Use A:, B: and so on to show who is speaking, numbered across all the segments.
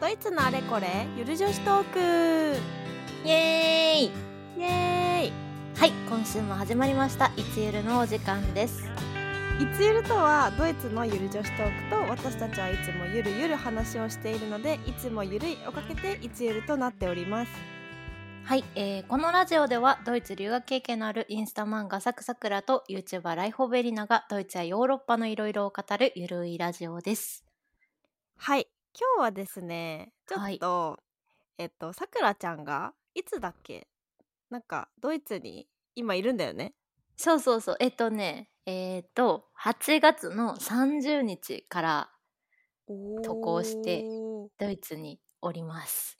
A: ドイツのあれこれゆる女子トーク
B: イエーイ
A: イエ
B: はい今週も始まりましたいつゆるのお時間です
A: ーイいつゆるとはドイツのゆる女子トークと私たちはいつもゆるゆる話をしているのでいつもゆるいをかけていつゆるとなっております
B: はい、えーこのラジオではドイツ留学経験のあるインスタ漫画サクサクラと YouTuber ライホベリナがドイツやヨーロッパのいろいろを語るゆるいラジオです
A: はい今日はですねちょっと、えっとさくらちゃんがいつだっけなんかドイツに今いるんだよね
B: そうそうそうえっとねえっと8月の30日から渡航してドイツにおります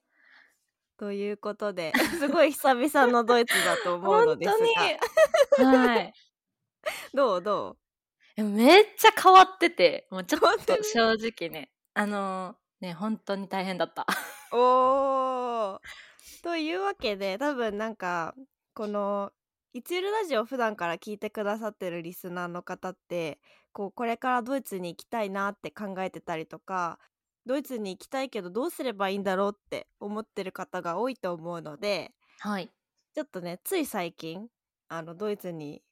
A: ということですごい久々のドイツだと思うの ですが
B: はい
A: どうど
B: えめっちゃ変わっててもうちょっ
A: 変わって
B: と
A: る
B: 正直ねあのーね本当に大変だった
A: うおーというわけで多分なんかこの「いつゆるラジオ」普段から聞いてくださってるリスナーの方ってこうこれからドイツに行きたいなって考えてたりとかドイツに行きたいけどどうすればいいんだろうって思ってる方が多いと思うので
B: はい
A: ちょっとねつい最近あのドイツに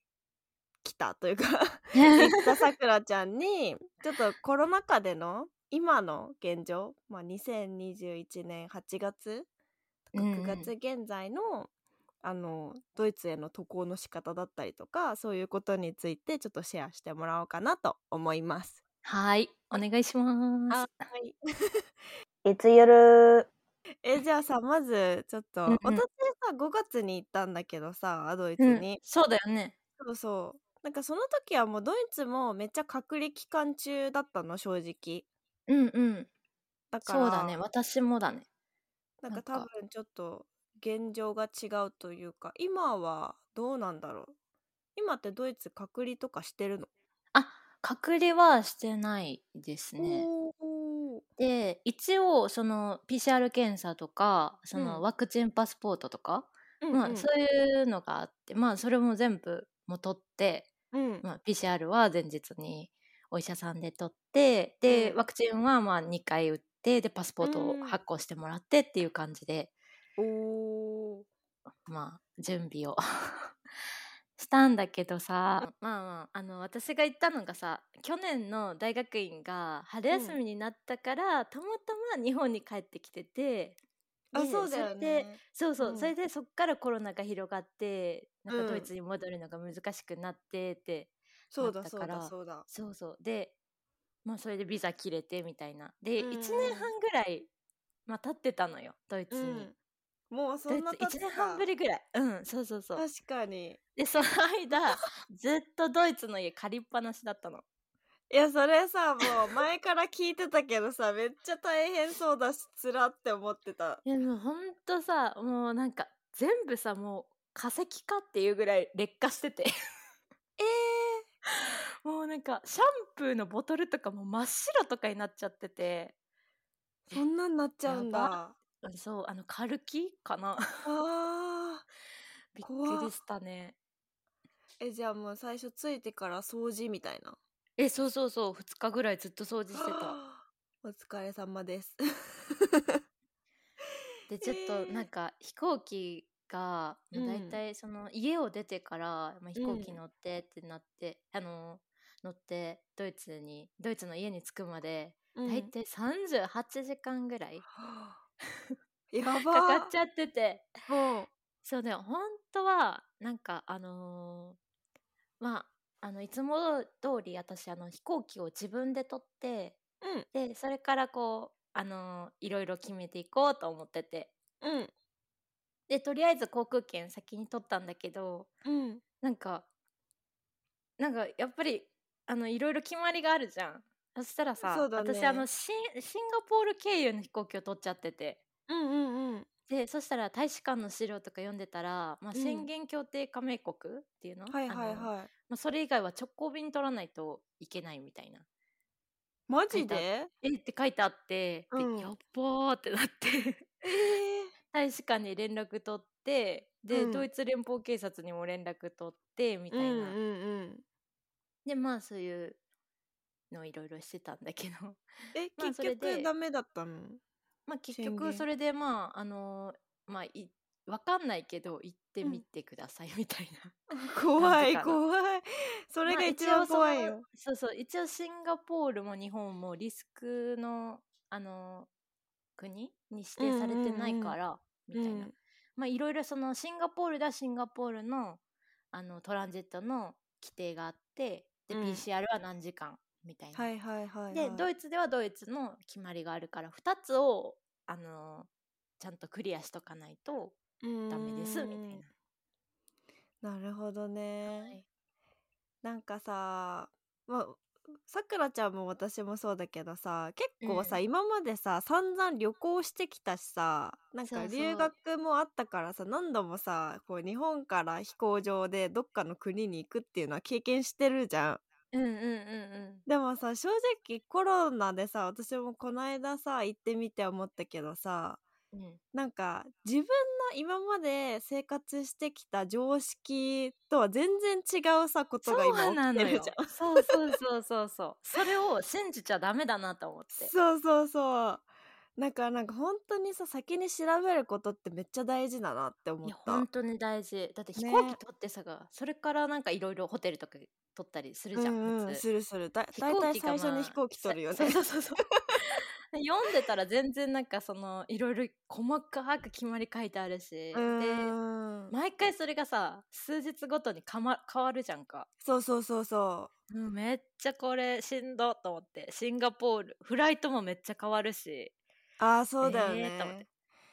A: 来たというか 行ったさくらちゃんにちょっとコロナ禍での今の現状、まあ、2021年8月とか
B: うんうん
A: 9月現在の,、あのドイツへの渡航の仕方だったりとかそういうことについてちょっとシェアしてもらおうかなと思います。
B: はいお願いします
A: い、
B: いつゆる
A: えじゃあさまずちょっと、
B: うんうん
A: 私さ5月に行ったんだけどさドイツ
B: う
A: に、
B: んそうだよね
A: そうそうなんかその時はもうドイツもめっちゃ隔離期間中だったの正直
B: うんうん
A: だから
B: そうだね私もだね
A: なん
B: な
A: か
B: ん
A: 多
B: か
A: 分ちょっと現状が違うというか今はどうなんだろう今ってドイツ隔離とかしてるの、
B: あ隔離はしてないですね
A: おー
B: で一応その PCR 検査とかその
A: うん
B: ワクチンパスポートとか、
A: うん
B: まあ、そういうのがあってまあそれも全部も取って
A: うんうん
B: まあ、PCR は前日にお医者さんで取ってで、
A: うん
B: ワクチンはまあ2回打ってでパスポート
A: う
B: を
A: ん
B: 発行してもらってっていう感じで、
A: おー
B: まあ準 備をしたんだけどさまあまああの私が行ったのがさ去年の大学院が春休みになったから、たまたま日本に帰ってきてて。
A: あ
B: で
A: そうだよ
B: れで
A: ね
B: そうそう、
A: うん
B: それでそっからコロナが広がってなん
A: うん
B: かドイツに戻るのが難しくなってって、
A: そうだ
B: なっ
A: そ
B: た
A: う
B: か
A: だ
B: ら
A: そうだ
B: そうそうでまあそれでビザ切れてみたいなで、
A: うんうん
B: 1年半ぐらいまあ経ってたのよドイツ
A: う
B: に、
A: んもうそ
B: ドイ
A: んな経
B: ツ1年半ぶ
A: り
B: りぐらいうんそうそうそう
A: 確かに
B: でその間ずっとドイツの家借りっぱなしだったの
A: いやそれさもう前から聞いてたけどさめっちゃ大変そうだしつらって思ってた
B: いやもうほんとさもうなんか全部さもう化石かっていうぐらい劣化してて
A: え
B: もうなんかシャンプーのボトルとかも真っ白とかになっちゃってて
A: ー、 そんなんなっちゃうんだ
B: や
A: あ
B: うんそうあのカルキかな
A: あー
B: びっ
A: 怖
B: く
A: っ
B: りしたね
A: えじゃあもう最初ついてから掃除みたいな
B: えそうそうそう2日ぐらいずっと掃除してた
A: お疲れ様です。
B: でちょっとなんか飛行機が
A: うん
B: だいたいその家を出てから、まあ、飛行
A: う
B: 機
A: ん
B: 乗ってってなって、あの乗ってドイツにドイツの家に着くまでだいたい38時間ぐらい
A: やば
B: かかっちゃってて
A: ゃも
B: そうね本当はなんかあのーまああのいつも通り私あの飛行機を自分で取って
A: う。うん
B: でそれからこうあのーいろいろ決めていこうと思ってて
A: うん
B: でとりあえず航空券先に取ったんだけど
A: うん
B: なんかなんかやっぱりあのいろいろ決まりがあるじゃんそしたらさ、
A: そうだね
B: 私あのシンシンガポール経由の飛行機を取っちゃってて
A: うんうんうん。
B: でそしたら大使館の資料とか読んでたら、
A: う
B: まあ、
A: ん
B: 宣言協定加盟国っていうの,、
A: はいはい
B: あのま
A: はい。
B: あ、それ以外は直行便取らないといけないみたいな
A: マジで？
B: えって書いてあって、で
A: うん
B: やっばーってなって。
A: え
B: 大使館に連絡取ってで、
A: うん
B: ドイツ連邦警察にも連絡取ってみ
A: えー。う
B: たい
A: ん
B: な、
A: うんうん。
B: でまあそういうのいろいろしてたんだけど
A: え
B: まあ
A: 結
B: それで
A: 局ダメだったの？
B: まあ、結
A: 宣
B: 局
A: 言
B: それでまああのまあいわかんないけど行ってみてくださいみたいな、
A: 怖い
B: なんとかな
A: 怖いそれ
B: ま
A: が
B: あ
A: 一番
B: 応その
A: 怖いよ、
B: そうそう一応シンガポールも日本もリスクのあの国に指定されてないから、みたいな、
A: うん
B: まあいろいろそのシンガポールだシンガポールのあのトランジットの規定があってで、
A: うん
B: PCR は何時間みたいな、
A: はいはいはい、はい、
B: でドイツではドイツの決まりがあるから2つをあのちゃんとクリアしとかないとダメですみたいな。
A: ななるほどね、
B: はい
A: なんかさまあさくらちゃんも私もそうだけどさ結構さ、
B: うん
A: 今までさ散々旅行してきたしさなん
B: そう
A: か
B: そう
A: 留学もあったからさ何度もさこう日本から飛行場でどっかの国に行くっていうのは経験してるじゃん。
B: うんうんうんうん
A: でもさ正直コロナでさ私もこの間さ行ってみて思ったけどさ
B: うん
A: なんか自分の今まで生活してきた常識とは全然違うさことが
B: そう
A: 今
B: な
A: 起きて
B: の
A: る
B: よ
A: じゃん。
B: そうそうそうそうそう それを信じちゃダメだなと思って
A: そうそうそう。なんかなんか本当にさ先に調べることってめっちゃ大事だなって思
B: い
A: っ
B: や
A: た
B: 本。当に大事だって飛
A: ね
B: 行機取ってさが、それからなんかいろいろホテルとか取ったりするじゃん、
A: うんうん、
B: 普
A: す
B: 通
A: るするだ
B: 飛
A: だい
B: 行
A: たい
B: 機が
A: 最初
B: まあ
A: に飛行機取るよね
B: そうそうそうそう 読んでたら全然なんかそのいろいろ細かく決まり書いてあるし、
A: うん
B: で毎回それがさ数日ごとにか、ま、変わるじゃんか、
A: そうそうそうそ
B: うん、めっちゃこれしんどと思ってシンガポールフライトもめっちゃ変わるし、
A: うああそうだよね、
B: えーと思って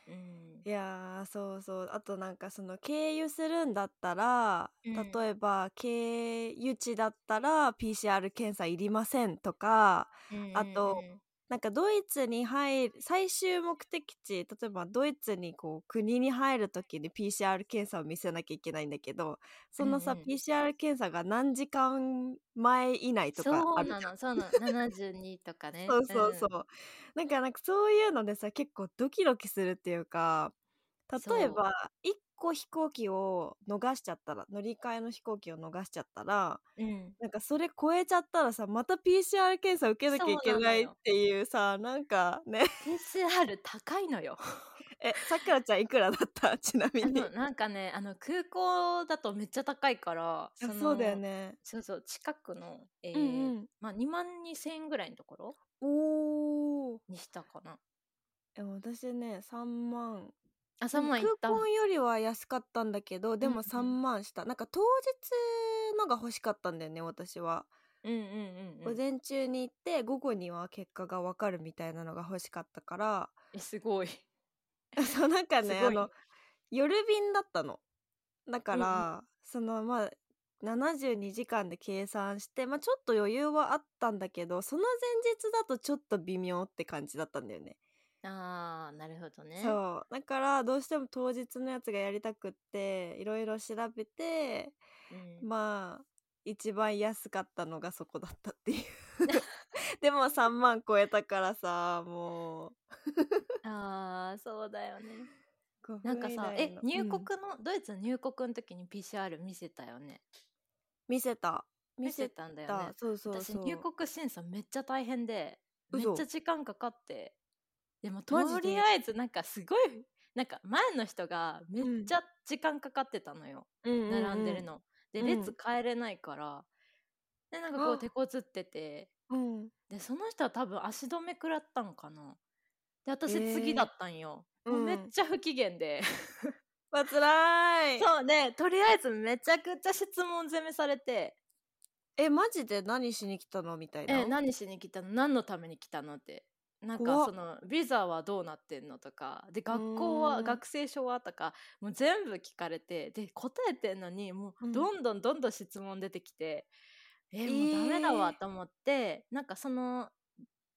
B: うん、
A: いやーそうそうあとなんかその経由するんだったら、
B: うん
A: 例えば経由地だったら PCR 検査いりませんとかあとなんかドイツに入る最終目的地例えばドイツにこう国に入る時に PCR 検査を見せなきゃいけないんだけどそのさ、
B: うんうん
A: PCR 検査が何時間前以内と
B: そ
A: かあ
B: う
A: るじゃ
B: なんのそうなの72とかね
A: そうそうそう、なんかなんかそういうのでさ結構ドキドキするっていうか
B: そう
A: 例えば1個飛行機を逃しちゃったら乗り換えの飛行機を逃しちゃったら
B: うん、うん
A: なんかそれ超えちゃったらさまた PCR 検査受けなきゃいけないっていうさなんかね
B: PCR 高い のよ
A: えさくらちゃんいくらだった ちなみ
B: あ
A: に
B: のなんかねあの空港だとめっちゃ高いから
A: あ
B: の
A: そうだよね
B: そうそう近くの、えー
A: うんうん
B: まあ、2万2000円ぐらいのところ
A: おー
B: にしたかな
A: え私ね3万
B: あ
A: で
B: 3
A: も
B: 万いった
A: 空港よりは安かったんだけどで
B: うんう
A: も
B: ん
A: 3万した、なんか当日のが欲しかったんだよね私は、
B: うんうんうん、う
A: 午
B: ん、
A: 前中に行って午後には結果がわかるみたいなのが欲しかったから
B: えすごい
A: そうなんかね
B: すご
A: あ
B: い
A: の夜便だったのだか
B: う
A: ら、そのまあ72時間で計算して、まあ、ちょっと余裕はあったんだけどその前日だとちょっと微妙って感じだったんだよね
B: あーなるほどね
A: そうだからどうしても当日のやつがやりたくっていろいろ調べて
B: うん
A: まあ一番安かったのがそこだったっていう でも3万超えたからさもう
B: あーそうだよね
A: 5分
B: なんかさ
A: 以内
B: え
A: の
B: 入国
A: うん
B: の、ドイツの入国の時に PCR 見せたよね
A: 見せた見
B: 見せ
A: せ
B: たんだよ
A: た
B: ね
A: そうそう
B: 私
A: そう
B: 入国審査めっちゃ大変でめっ
A: 嘘
B: ちゃ時間かかってでもと
A: マジで
B: りあえずなんかすごいなんか前の人がめっちゃ時間かかってたのよ、並んでる、の、
A: うん
B: で列変えれないから、でなんかこ
A: あ
B: う手こずってて
A: うんうんうんうん
B: でその人は多分足止め食らったんかなで
A: え
B: 私
A: ー
B: 次だったんよ、もうめっちゃ不機嫌で、
A: わつらーい
B: そうねとりあえずめちゃくちゃ質問攻めされて
A: えマジで何しに来たのみたいな、
B: え何しに来たの何のために来たのってなん
A: 怖
B: か
A: っ
B: そのビザはどうなってんのとかで学校
A: うー
B: は
A: ん
B: 学生証はとかもう全部聞かれてで答えてんのにも
A: う
B: うんどんどんどんどん質問出てきて、え
A: えー
B: もうダメだわと思ってなんかその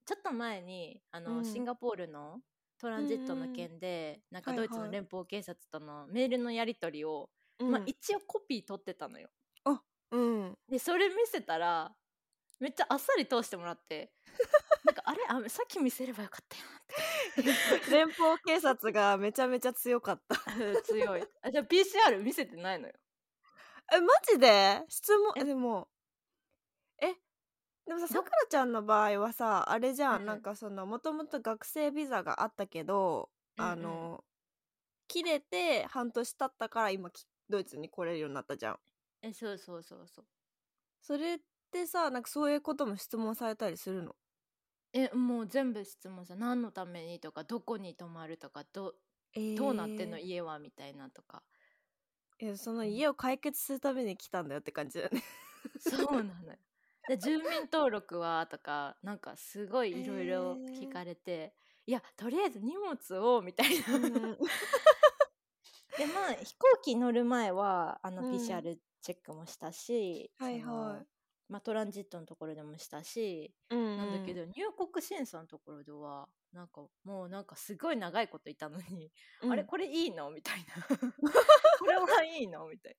B: ちょっと前にあの、
A: うん
B: シンガポールのトランジットの件で、なんか
A: はい
B: ド
A: はい
B: イツの連邦警察とのメールのやり取りを、
A: うん
B: まあ、一応コピー取ってたのよ。
A: うん
B: でそれ見せたらめっちゃあっさり通してもらって なんかあれあさっき見せればよかったよ
A: 連邦警察がめちゃめちゃ強かった
B: って強いあじゃあ PCR 見せてないのよ
A: えマジで質問
B: え
A: でもえでもさ
B: ど
A: さくらちゃんの場合はさあれじゃん、
B: うん
A: なんかそのもともと学生ビザがあったけど、
B: うんうん
A: あの切れて半年経ったから今きドイツに来れるようになったじゃん
B: えそうそうそうそう
A: それってさなんかそういうことも質問されたりするの
B: えもう全部質問さ何のためにとかどこに泊まるとかどどうなってんの、
A: えー
B: 家はみたいなとか
A: いやその家を解決するために来たんだよって感じだよね
B: そうなのよで住民登録はとかなんかすごいいろいろ聞かれて、いやとりあえず荷物をみたい な、
A: うん
B: でまあ飛行機乗る前はあの
A: うん
B: PCR チェックもしたし、
A: はい
B: その
A: は
B: まあ、トランジットのところでもしたし、
A: うん
B: なんだけど入国審査のところではなんかもうなんかすごい長いこといたのに、
A: うん
B: あれこれいいのみたいな これはいいのみたい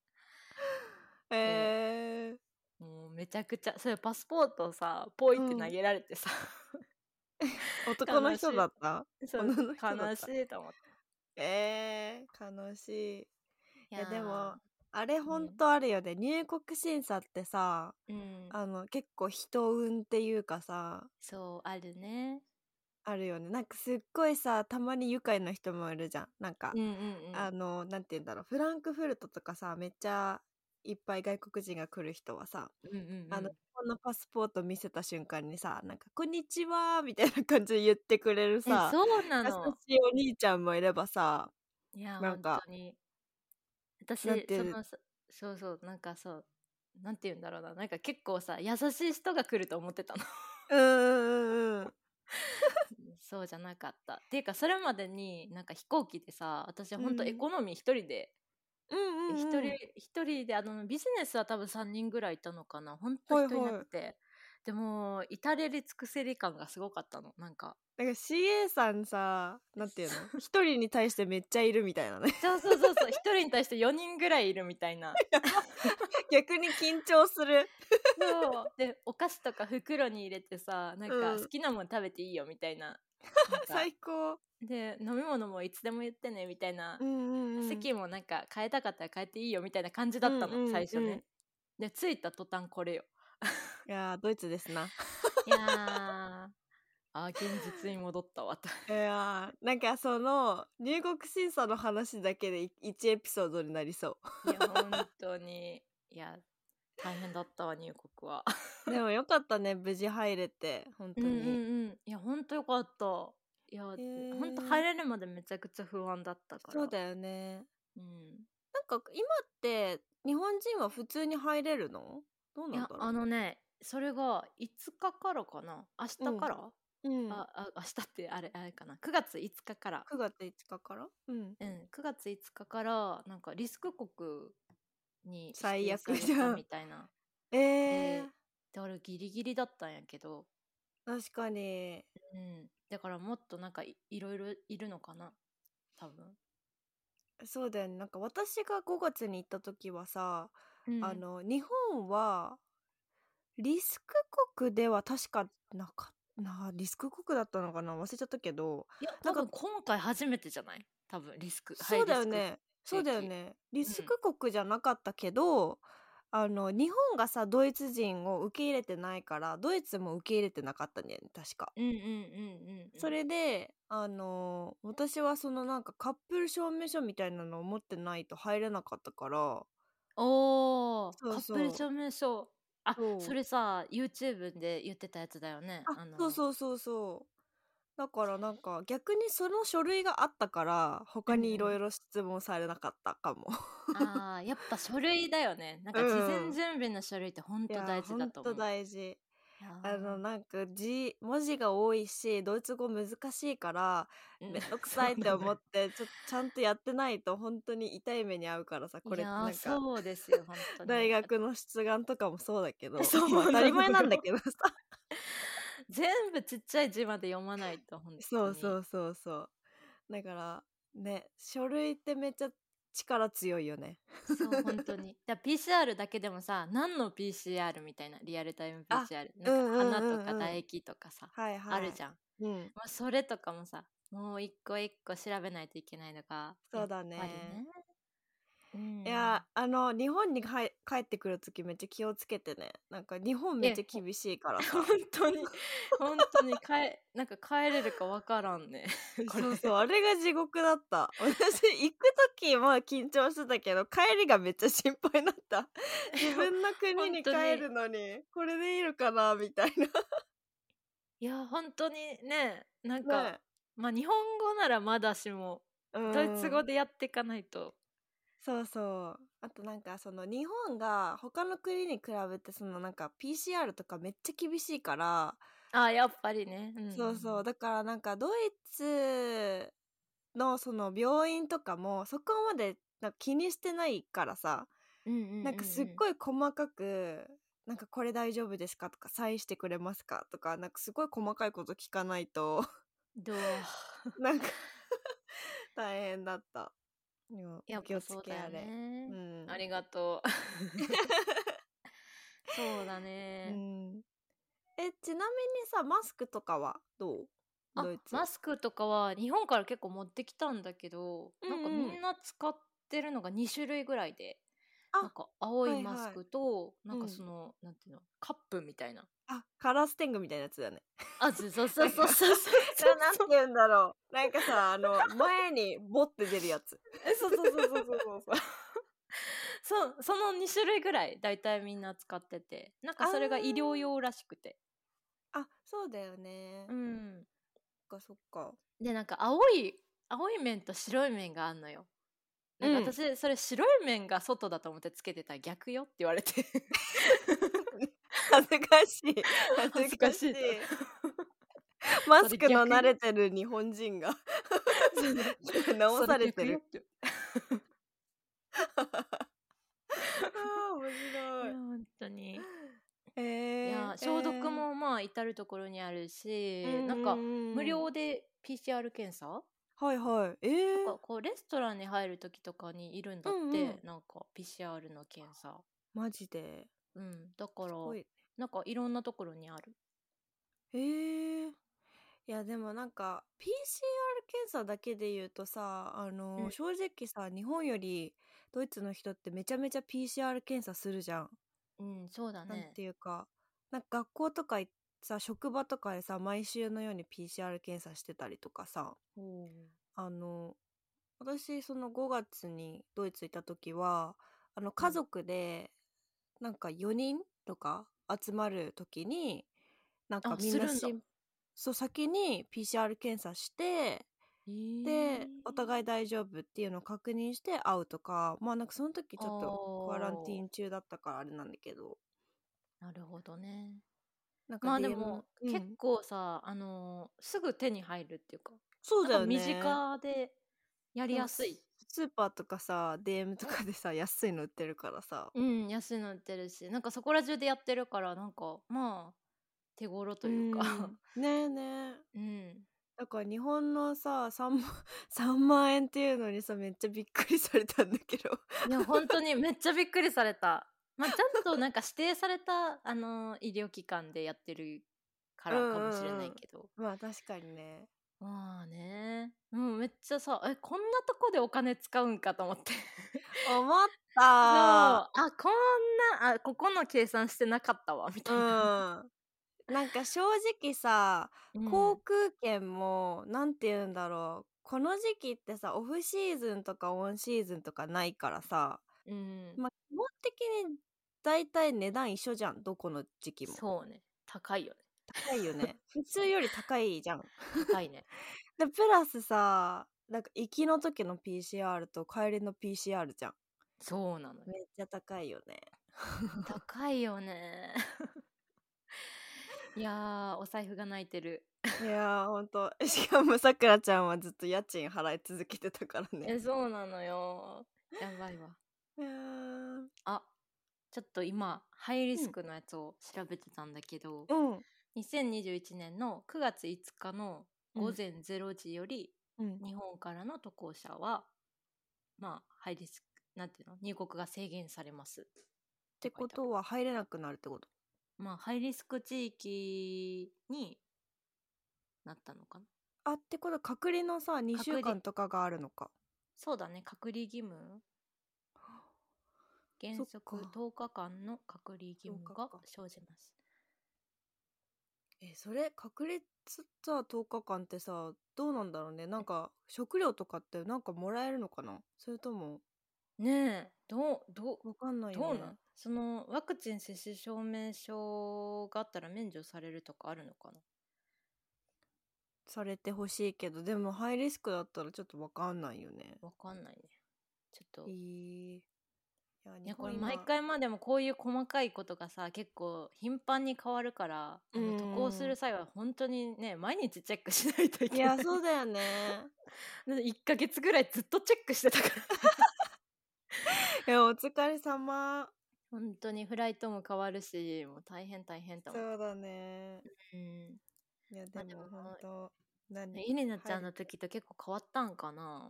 A: えー
B: なもうめちゃくちゃそれパスポートをさポイって投げられ てさ、
A: 男の人だった
B: そう
A: 女の人だった
B: 悲しいと思って
A: えー、悲しい
B: い
A: いやでも
B: ー
A: あれほんとあるよね、入国審査ってさ
B: うん、
A: あの結構人運っていうかさ
B: そうあるね
A: あるよねなんかすっごいさたまに愉快な人もいるじゃんなんか、
B: うんうんうん
A: あのなんて言うんだろうフランクフルトとかさめっちゃいっぱい外国人が来る人はさ、
B: うんうんうん
A: あの日本のパスポート見せた瞬間にさなんか「こんにちは」みたいな感じで言ってくれる
B: え
A: さ
B: そう
A: 優
B: なの
A: しいお兄ちゃんもいればさ
B: いや
A: なんか
B: 本当に私
A: なんてい
B: そうのそそうそうなんかそうなんて言うんだろうななんか結構さ優しい人が来ると思ってたの
A: うんうんうんうん
B: そうじゃなかったっていうかそれまでになんか飛行機でさ私本当
A: うん
B: エコノミー一人で
A: うんうん
B: 一、
A: うん
B: 人一人であのビジネスは多分3人ぐらいいたのかな本当人いなくて、でも至れり尽くせり感がすごかったのなんか
A: なんか CA さんさなん ていうの一人に対してめっちゃいるみたいなね
B: そうそうそうそう一人に対して4人ぐらいいるみたいな
A: 逆に緊張する
B: そうでお菓子とか袋に入れてさなん
A: う
B: か
A: ん
B: 好きなもの食べていいよみたいななんか
A: 最高
B: で飲み物もいつでも言ってねみたいな、
A: んうん
B: 席もなんか変えたかったら変えていいよみたいな感じだったの、
A: うんうん
B: 最初ね、
A: うん
B: で着いた途端これよ
A: いやードイツですない
B: やー あー現実に戻ったわと
A: いやーなんかその入国審査の話だけで1エピソードになりそ
B: いや本当にいや大変だったわ入国は
A: うでもよかったね無事入れて本当
B: うん
A: に、
B: うんうんいや本当よかったいや、
A: ー
B: 本当入れるまでめちゃくちゃ不安だったから
A: そうだよね
B: うん
A: なんか今って日本人は普通に入れるのどう
B: い
A: なん
B: や
A: だろう
B: あのねそれが5日からかな明日から、
A: うん、9
B: ああ明日ってあれあれかな9月5日から、
A: 月5日からうん
B: うん、9月5日からなんかリスク国に
A: 最悪
B: 指定された
A: じゃん
B: みたいな
A: えー、
B: でで俺ギリギリだったんやけど、
A: 確かに
B: うん、だからもっとなんかいいろいろいるのかな多分、
A: そうだよねなんか私が5月に行った時はさ、
B: うん
A: あの日本はリスク国では確かなかなリスク国だったのかな忘れちゃったけど
B: いや
A: な
B: 多
A: んか
B: 分今回初めてじゃない多分リスク
A: そうだよ
B: ハイリス
A: ねそうだよねリ
B: 域
A: スク国じゃなかったけど、あの日本がさドイツ人を受け入れてないからドイツも受け入れてなかったんだよね確か。
B: クうんうんうんうんうん
A: それであの私はそのなんかカップル証明書みたいなのを持ってないと入れなかったから
B: おお
A: そうそう
B: カップル証明書あ
A: そう
B: それさ YouTube で言ってたやつだよね
A: あそうそうそうそうだからなん か逆にその書類があったから他
B: うんう
A: に
B: ん
A: いろいろ質問されなかったかも、
B: あーやっぱ書類だよねなんか
A: うん
B: 事前準備の書類って本
A: い
B: 当
A: や
B: 大事だと
A: ほ
B: 思
A: んと
B: う
A: 大事
B: いやー
A: あのなんか字文字が多いしドイツ語難しいから
B: うん
A: めん どくさいって思っ
B: そ
A: てちょちゃんとやってないと本当に痛い目に遭うからさこ
B: う
A: れ
B: なのよい
A: って
B: や
A: な
B: ー
A: んか
B: そうですよ本当に
A: 大学の出願とかもそうだ けど
B: そう
A: まあ当たり前な
B: なのよ
A: んだけ どさ
B: 全部ちっちゃい字まで読まないと本当に
A: そうそううそうそうだからね書類ってめっちゃ力強いよね
B: そう本当 にだから PCR だけでもさ何の PCR みたいなリアルタイム PCR なんか
A: うんうんうんうん
B: 鼻とか唾液とかさ、
A: はいはい
B: あるじゃん
A: うん、
B: まあ、それとかもさもう一個一個調べないといけないのが
A: そうだ
B: やっぱり
A: ね
B: ねうん
A: いやあの日本にはい帰ってくる時めっちゃ気をつけてねなんか日本めっちゃ厳しい からさ
B: 本当に本当にかえなんか帰 れるかわからんね これ
A: そうそうあれが地獄だった私行く時も緊張してたけど帰りがめっちゃ心配だ った自分の国に
B: 本当に
A: 帰るのにこれでいいのかなみたいな、
B: いや本当にねなんか、
A: ね、
B: まあ日本語ならまだしも
A: うん
B: ドイツ語でやっていかないと、
A: そうそうあとなんかその日本が他の国に比べてそのなんか PCR とかめっちゃ厳しいから、
B: ああやっぱりね、ん
A: そうそうだからなんかドイツのその病院とかもそこまでなんか気にしてないからさ、
B: うんうんうんうん
A: なんかすっごい細かくなんかこれ大丈夫ですかとかサインしてくれますかとかなんかすごい細かいこと聞かないと
B: どう
A: なん か大変だった。でも
B: やっ
A: 気を
B: ぱ
A: つ
B: そう
A: け
B: だ
A: あ
B: よ
A: れ。
B: ね、
A: うん、
B: ありがとう そうだね、
A: うんえちなみにさマスクとかはどう
B: あ
A: ドイツ
B: マスクとかは日本から結構持ってきたんだけど、なんか
A: うんうん
B: みんな使ってるのが2種類ぐらいで
A: あ
B: なんか青
A: はいはい
B: いマスクと、なん
A: う
B: か
A: ん
B: その、なんていうのカップみたいな
A: あカラーステングみたいなやつだよね。
B: あそうそうそうそうそうそう
A: ななんて言うんだろうなんか さあの前にボって出るやつ。
B: そうそうそうそうそうそうそうその2種類ぐらい大体みんな使っててなんかそれが医療用らしくて
A: あそうだよね。
B: う
A: そっ
B: ん
A: かそっか。
B: でなんか青い青い面と白い面があんのよなんか
A: うん
B: 私、それ白い面が外だと思ってつけてたら逆よって言われて
A: 恥ずかしい恥
B: 恥
A: ず
B: ず
A: か
B: か
A: し
B: し
A: い
B: い。
A: マスクの
B: それ逆
A: 慣れてる日本人が 直されてる。
B: そ逆よって
A: あー面
B: い
A: 白
B: や
A: い。
B: 本当に、
A: え
B: い
A: ー
B: や消毒もまあ至る所にあるし、
A: えー
B: なんか
A: ううう
B: 無料で PCR 検査
A: はいはい。えー
B: なんかこうレストランに入る時とかにいるんだって、
A: うんうん
B: なんか PCR の検査
A: マジで。
B: うんだから
A: すごい
B: なんかいろんなところにある
A: えー、いやでもなんか PCR 検査だけで言うとさあのー、
B: うん
A: 正直さ日本よりドイツの人ってめちゃめちゃ PCR 検査するじゃん。
B: うんそうだ
A: なん
B: ね
A: ていうかなんか学校とか行っさ職場とかでさ毎週のように PCR 検査してたりとかさ
B: おー
A: あの私その5月にドイツ行った時はあの家族でなんか4人とか集まる時になんか
B: あ
A: みんな
B: する
A: し
B: んだ
A: そう先に PCR 検査して
B: えー
A: でお互い大丈夫っていうのを確認して会うとかまあなんかその時ちょっとクアランティーン中だったからあれなんだけど
B: なるほどね
A: なんか
B: まあ
A: DM
B: でも、
A: うん
B: 結構さあのーすぐ手に入るっていうか
A: そうだよね
B: なんか身近でやりやすい
A: スーパーとかさ DM とかでさ安いの売ってるからさ
B: うん安いの売ってるしなんかそこら中でやってるからなんかまあ手頃というか
A: うんねえねえ
B: うん、
A: だから日本のさ3万 ,3 万円っていうのにさめっちゃびっくりされたんだけど
B: いや本当にめっちゃびっくりされたまあちゃんとなんか指定されたあのー医療機関でやってるからかもしれないけど、
A: まあ確かにね
B: まあねもうめっちゃさえこんなとこでお金使うんかと思って
A: 思っ
B: そう
A: た
B: あこんなあここの計算してなかったわみた
A: う
B: いな、
A: んなんか正直さ
B: うん
A: 航空券もなんて言うんだろうこの時期ってさオフシーズンとかオンシーズンとかないからさ、
B: うん
A: まあ、基本的に大体値段一緒じゃんどこの時期も
B: そうね高いよね
A: 高いよ ね普通より高いじゃん
B: 高いね
A: でプラスさなんか行きの時の PCR と帰りの PCR じゃん
B: そうなのよ
A: めっちゃ高いよね
B: 高いよね いやーお財布が泣いてる、
A: いやーほんと しかもさくらちゃんはずっと家賃払い続けてたからね
B: えそうなのよやばいわ
A: いやー
B: あちょっと今ハイリスクのやつを調べてたんだけど、
A: うん
B: 2021年の9月5日の午前0時より
A: うん
B: 日本からの渡航者は、まあハイリスクなんていうの入国が制限されます
A: ってことは入れなくなるってこと
B: まあハイリスク地域になったのかな
A: あってことは隔離のさ2
B: 離
A: 週間とかがあるのか
B: そうだね隔離義務原
A: そっ
B: 則
A: か
B: 10日間の隔離義務が
A: 10日か
B: 生じます
A: えそれ隔離つさ10日間ってさどうなんだろうねなんか食料とかってなんかもらえるのかなそれとも
B: ねえどうどう
A: わかんないよ
B: どう
A: ね
B: なんそのワクチン接種証明書があったら免除されるとかあるのかな
A: されてほしいけどでもハイリスクだったらちょっとわかんないよね
B: わかんないねちょっと
A: えー、いや
B: ね、
A: 日
B: こ
A: 本
B: れ
A: 今
B: 毎回まあでもこういう細かいことがさ結構頻繁に変わるからあ
A: うん
B: の渡航する際は本当にね毎日チェックしないとい
A: い
B: けない
A: や そうだよね
B: 1ヶ月ぐらいずっとチェックしてたから
A: いやお疲れ様
B: 本当にフライトも変わるしもう大変大変と
A: そ
B: 思う、
A: うだね
B: うん、
A: いや
B: まあ
A: で
B: で
A: も
B: も
A: 本当何
B: エリナちゃん
A: は
B: の
A: い
B: 時と結構変わったんかな、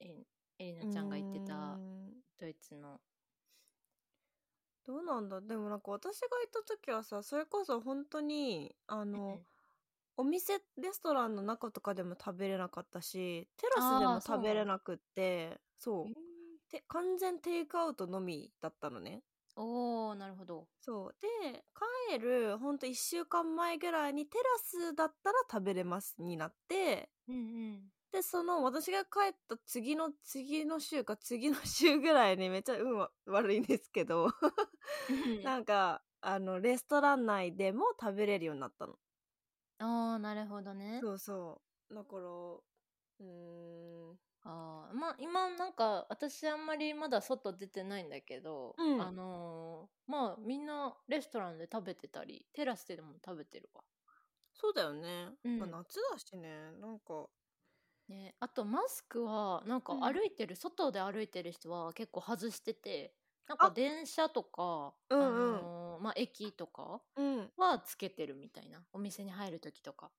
B: エリエリナちゃんが言って
A: うー
B: た
A: ん
B: ドイツの
A: どうなんだでもなんか私が行った時はさそれこそ本当にあの、お店レストランの中とかでも食べれなかったしテラスで
B: あー
A: も
B: そう
A: 食
B: なんだ
A: べれなくってそう
B: うん
A: て完全テイクアウトのみだったのね
B: おーなるほど
A: そうで帰るほんと1週間前ぐらいにテラスだったら食べれますになって
B: うんうん
A: でその私が帰った次の次の週か次の週ぐらいにめっちゃ運は悪いんですけど なんかあのレストラン内でも食べれるようになったの
B: ああなるほどね
A: そうそうだからうーん
B: あーまあ今なんか私あんまりまだ外出てないんだけど、
A: うん
B: あのーまあみんなレストランで食べてたりテラスでも食べてるわ、
A: そうだよね、
B: うん
A: まあ夏だしねなんか
B: ね、あとマスクはなんか
A: うん
B: 歩いてる、外で歩いてる人は結構外しててなんか
A: あ
B: 電車とか
A: うんうん
B: あのーまあ、駅とか
A: うん
B: はつけてるみたいなお店に入る時とか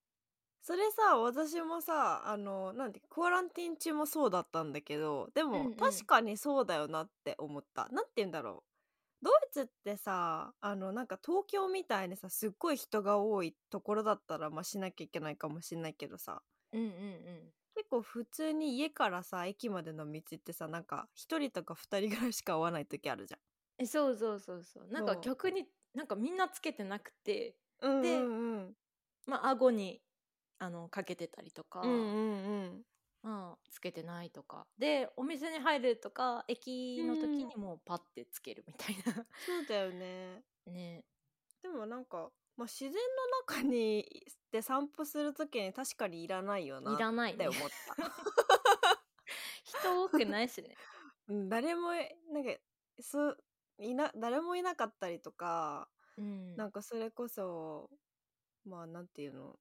A: それさ私もさあのなんてクアランティン中もそうだったんだけどでも、
B: うんうん
A: 確かにそうだよなって思ったなんて言うんだろうドイツってさあのなんか東京みたいにさすっごい人が多いところだったらまあしなきゃいけないかもしれないけどさ
B: うんうん
A: 結構普通に家からさ駅までの道ってさなんか1人とか2人ぐらいしか会わない時あるじゃん。
B: うんえそうそうそうそうなんか
A: そう
B: 逆になんかみんなつけてなくて
A: うん
B: で
A: うんうん
B: まあ顎にあのかけてたりとか、
A: うんうんうん
B: うんつけてないとかでお店に入るとか駅の時
A: うん
B: にもうパッてつけるみたいな、
A: そうだよね
B: ね
A: でもなんか、まあ、自然の中にで散歩するときに確かにいらないよない
B: らない
A: って
B: ね
A: 思った、
B: 人多くないしね
A: うん誰もなんかそういな誰もいなかったりとか、
B: うん
A: なんかそれこそまあなんていうの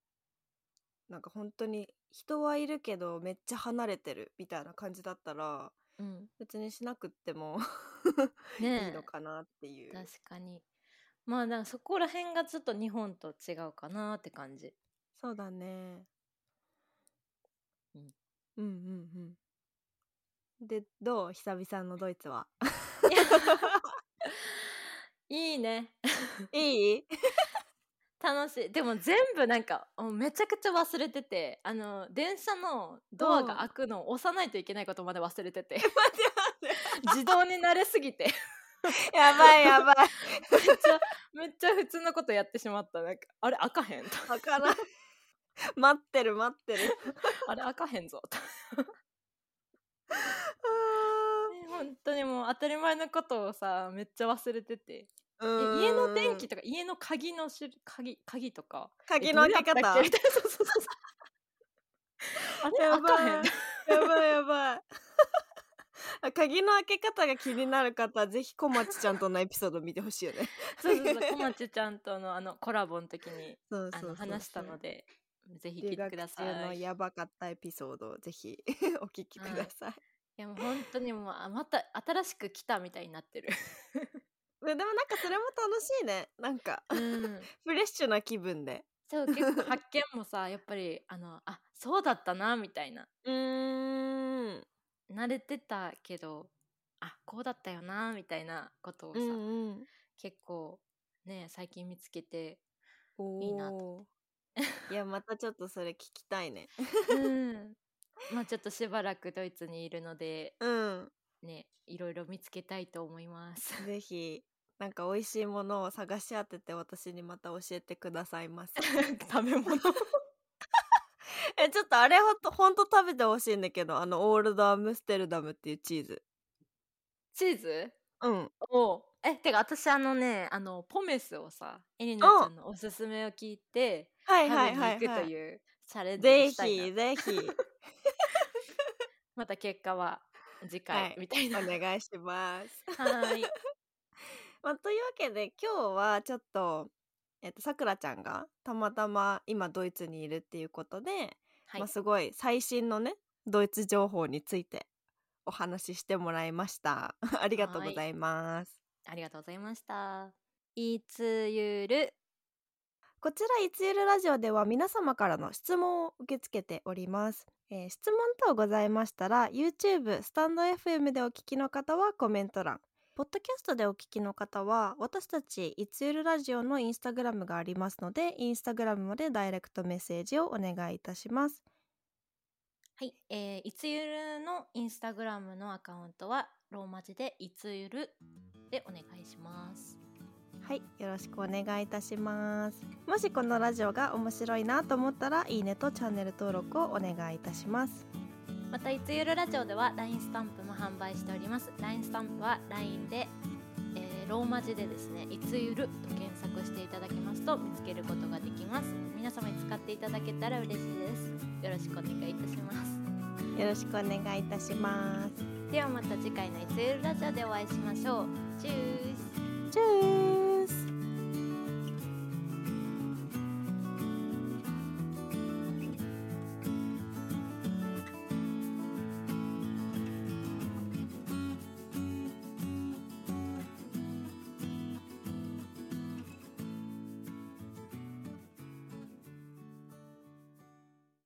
A: なんか本当に人はいるけどめっちゃ離れてるみたいな感じだったら
B: うん
A: 別にしなくっても い
B: ね
A: いのかなっていう。
B: 確かにまあだからそこら辺がちょっと日本と違うかなって感じ
A: そうだね。
B: うん
A: うんうんうん。で、どう久々のドイツは。
B: い いね
A: いい
B: 楽しいでも全部なんかもうめちゃくちゃ忘れててあの電車のドアが開くのを押さないといけないことまで忘れ てて 自動に慣れすぎて
A: やばいやばい。
B: めっちゃめっちゃ普通のことやってしまったなんかあれ開かへん
A: 開かない。待ってる待ってる。
B: あれ開かへんぞ とね本当にもう当たり前のことをさめっちゃ忘れてて
A: う
B: え
A: ーん
B: 家の電気とか家の鍵の種類鍵鍵とか
A: 鍵の開け
B: えどう
A: 方
B: やったっけみたいなそうそうそうそうあれ
A: や
B: 開
A: ば
B: か
A: い
B: へん
A: やばいやばいあ鍵の開け方が気になる方はぜひ小町ちゃんとのエピソード見てほしいよ ね
B: そうそうそう小町ちゃんとのあのコラボの時に
A: そうそ
B: あ
A: うそう
B: の話したのでぜひ聞
A: 留
B: いて
A: 学中
B: くださ
A: の
B: い。
A: やばかったエピソードをぜひ お聞きください、
B: いやもう本当にもうあまた新しく来たみたいになってる。
A: ねでもなんかそれも楽しいねなんか
B: うん
A: フレッシュな気分で
B: そう結構発見もさやっぱりあのあそうだったなみたいな
A: うーん
B: 慣れてたけどあこうだったよなみたいなことをさ、
A: うんうん
B: 結構ね最近見つけ て、
A: お
B: いいなと
A: おーいやまたちょっとそれ聞きたいね
B: うん、まあちょっとしばらくドイツにいるので
A: うん
B: ねいろいろ見つけたいと思います。
A: ぜひなんか美味しいものを探し当てて私にまた教えてくださいます
B: 食べ物
A: えちょっとあれほんとほんと食べてほしいんだけどあのオールドアムステルダムっていうチーズ
B: チーズ
A: うん
B: おうえてか私あのねあのポメスをさエリナちゃんのおすすめを聞いて
A: はい
B: 食べ
A: は
B: に
A: いはい、
B: 行く
A: は
B: と
A: い、
B: いうチャレンジを
A: ぜ
B: したいな
A: ひぜひ
B: また結果は次
A: は
B: 回
A: い
B: みたい な。
A: お願いします、
B: はい。
A: まあ、というわけで今日はちょっとえっとさくらちゃんがたまたま今ドイツにいるっていうことで、
B: はい
A: まあ、すごい最新のねドイツ情報についてお話ししてもらいました ありがとうございます
B: ありがとうございました。いつゆる。
A: こちらいつゆるラジオでは皆様からの質問を受け付けております、えー質問等ございましたら YouTube スタンド FM でお聞きの方はコメント欄ポッドキャストでお聞きの方は私たちいつゆるラジオのインスタグラムがありますのでインスタグラムまでダイレクトメッセージをお願いいたします
B: はい。えーいつゆるのインスタグラムのアカウントはローマ字でいつゆるでお願いします。
A: はい、よろしくお願いいたします。もしこのラジオが面白いなと思ったら、いいねとチャンネル登録をお願いいたします。
B: またいつゆるラジオでは LINE スタンプも販売しております。LINE スタンプは LINE で、えーローマ字でですね、いつゆると検索していただきますと見つけることができます。皆様に使っていただけたら嬉しいです。よろしくお願いいたします。
A: よろしくお願いいたします。
B: ではまた次回のいつゆるラジオでお会いしましょう。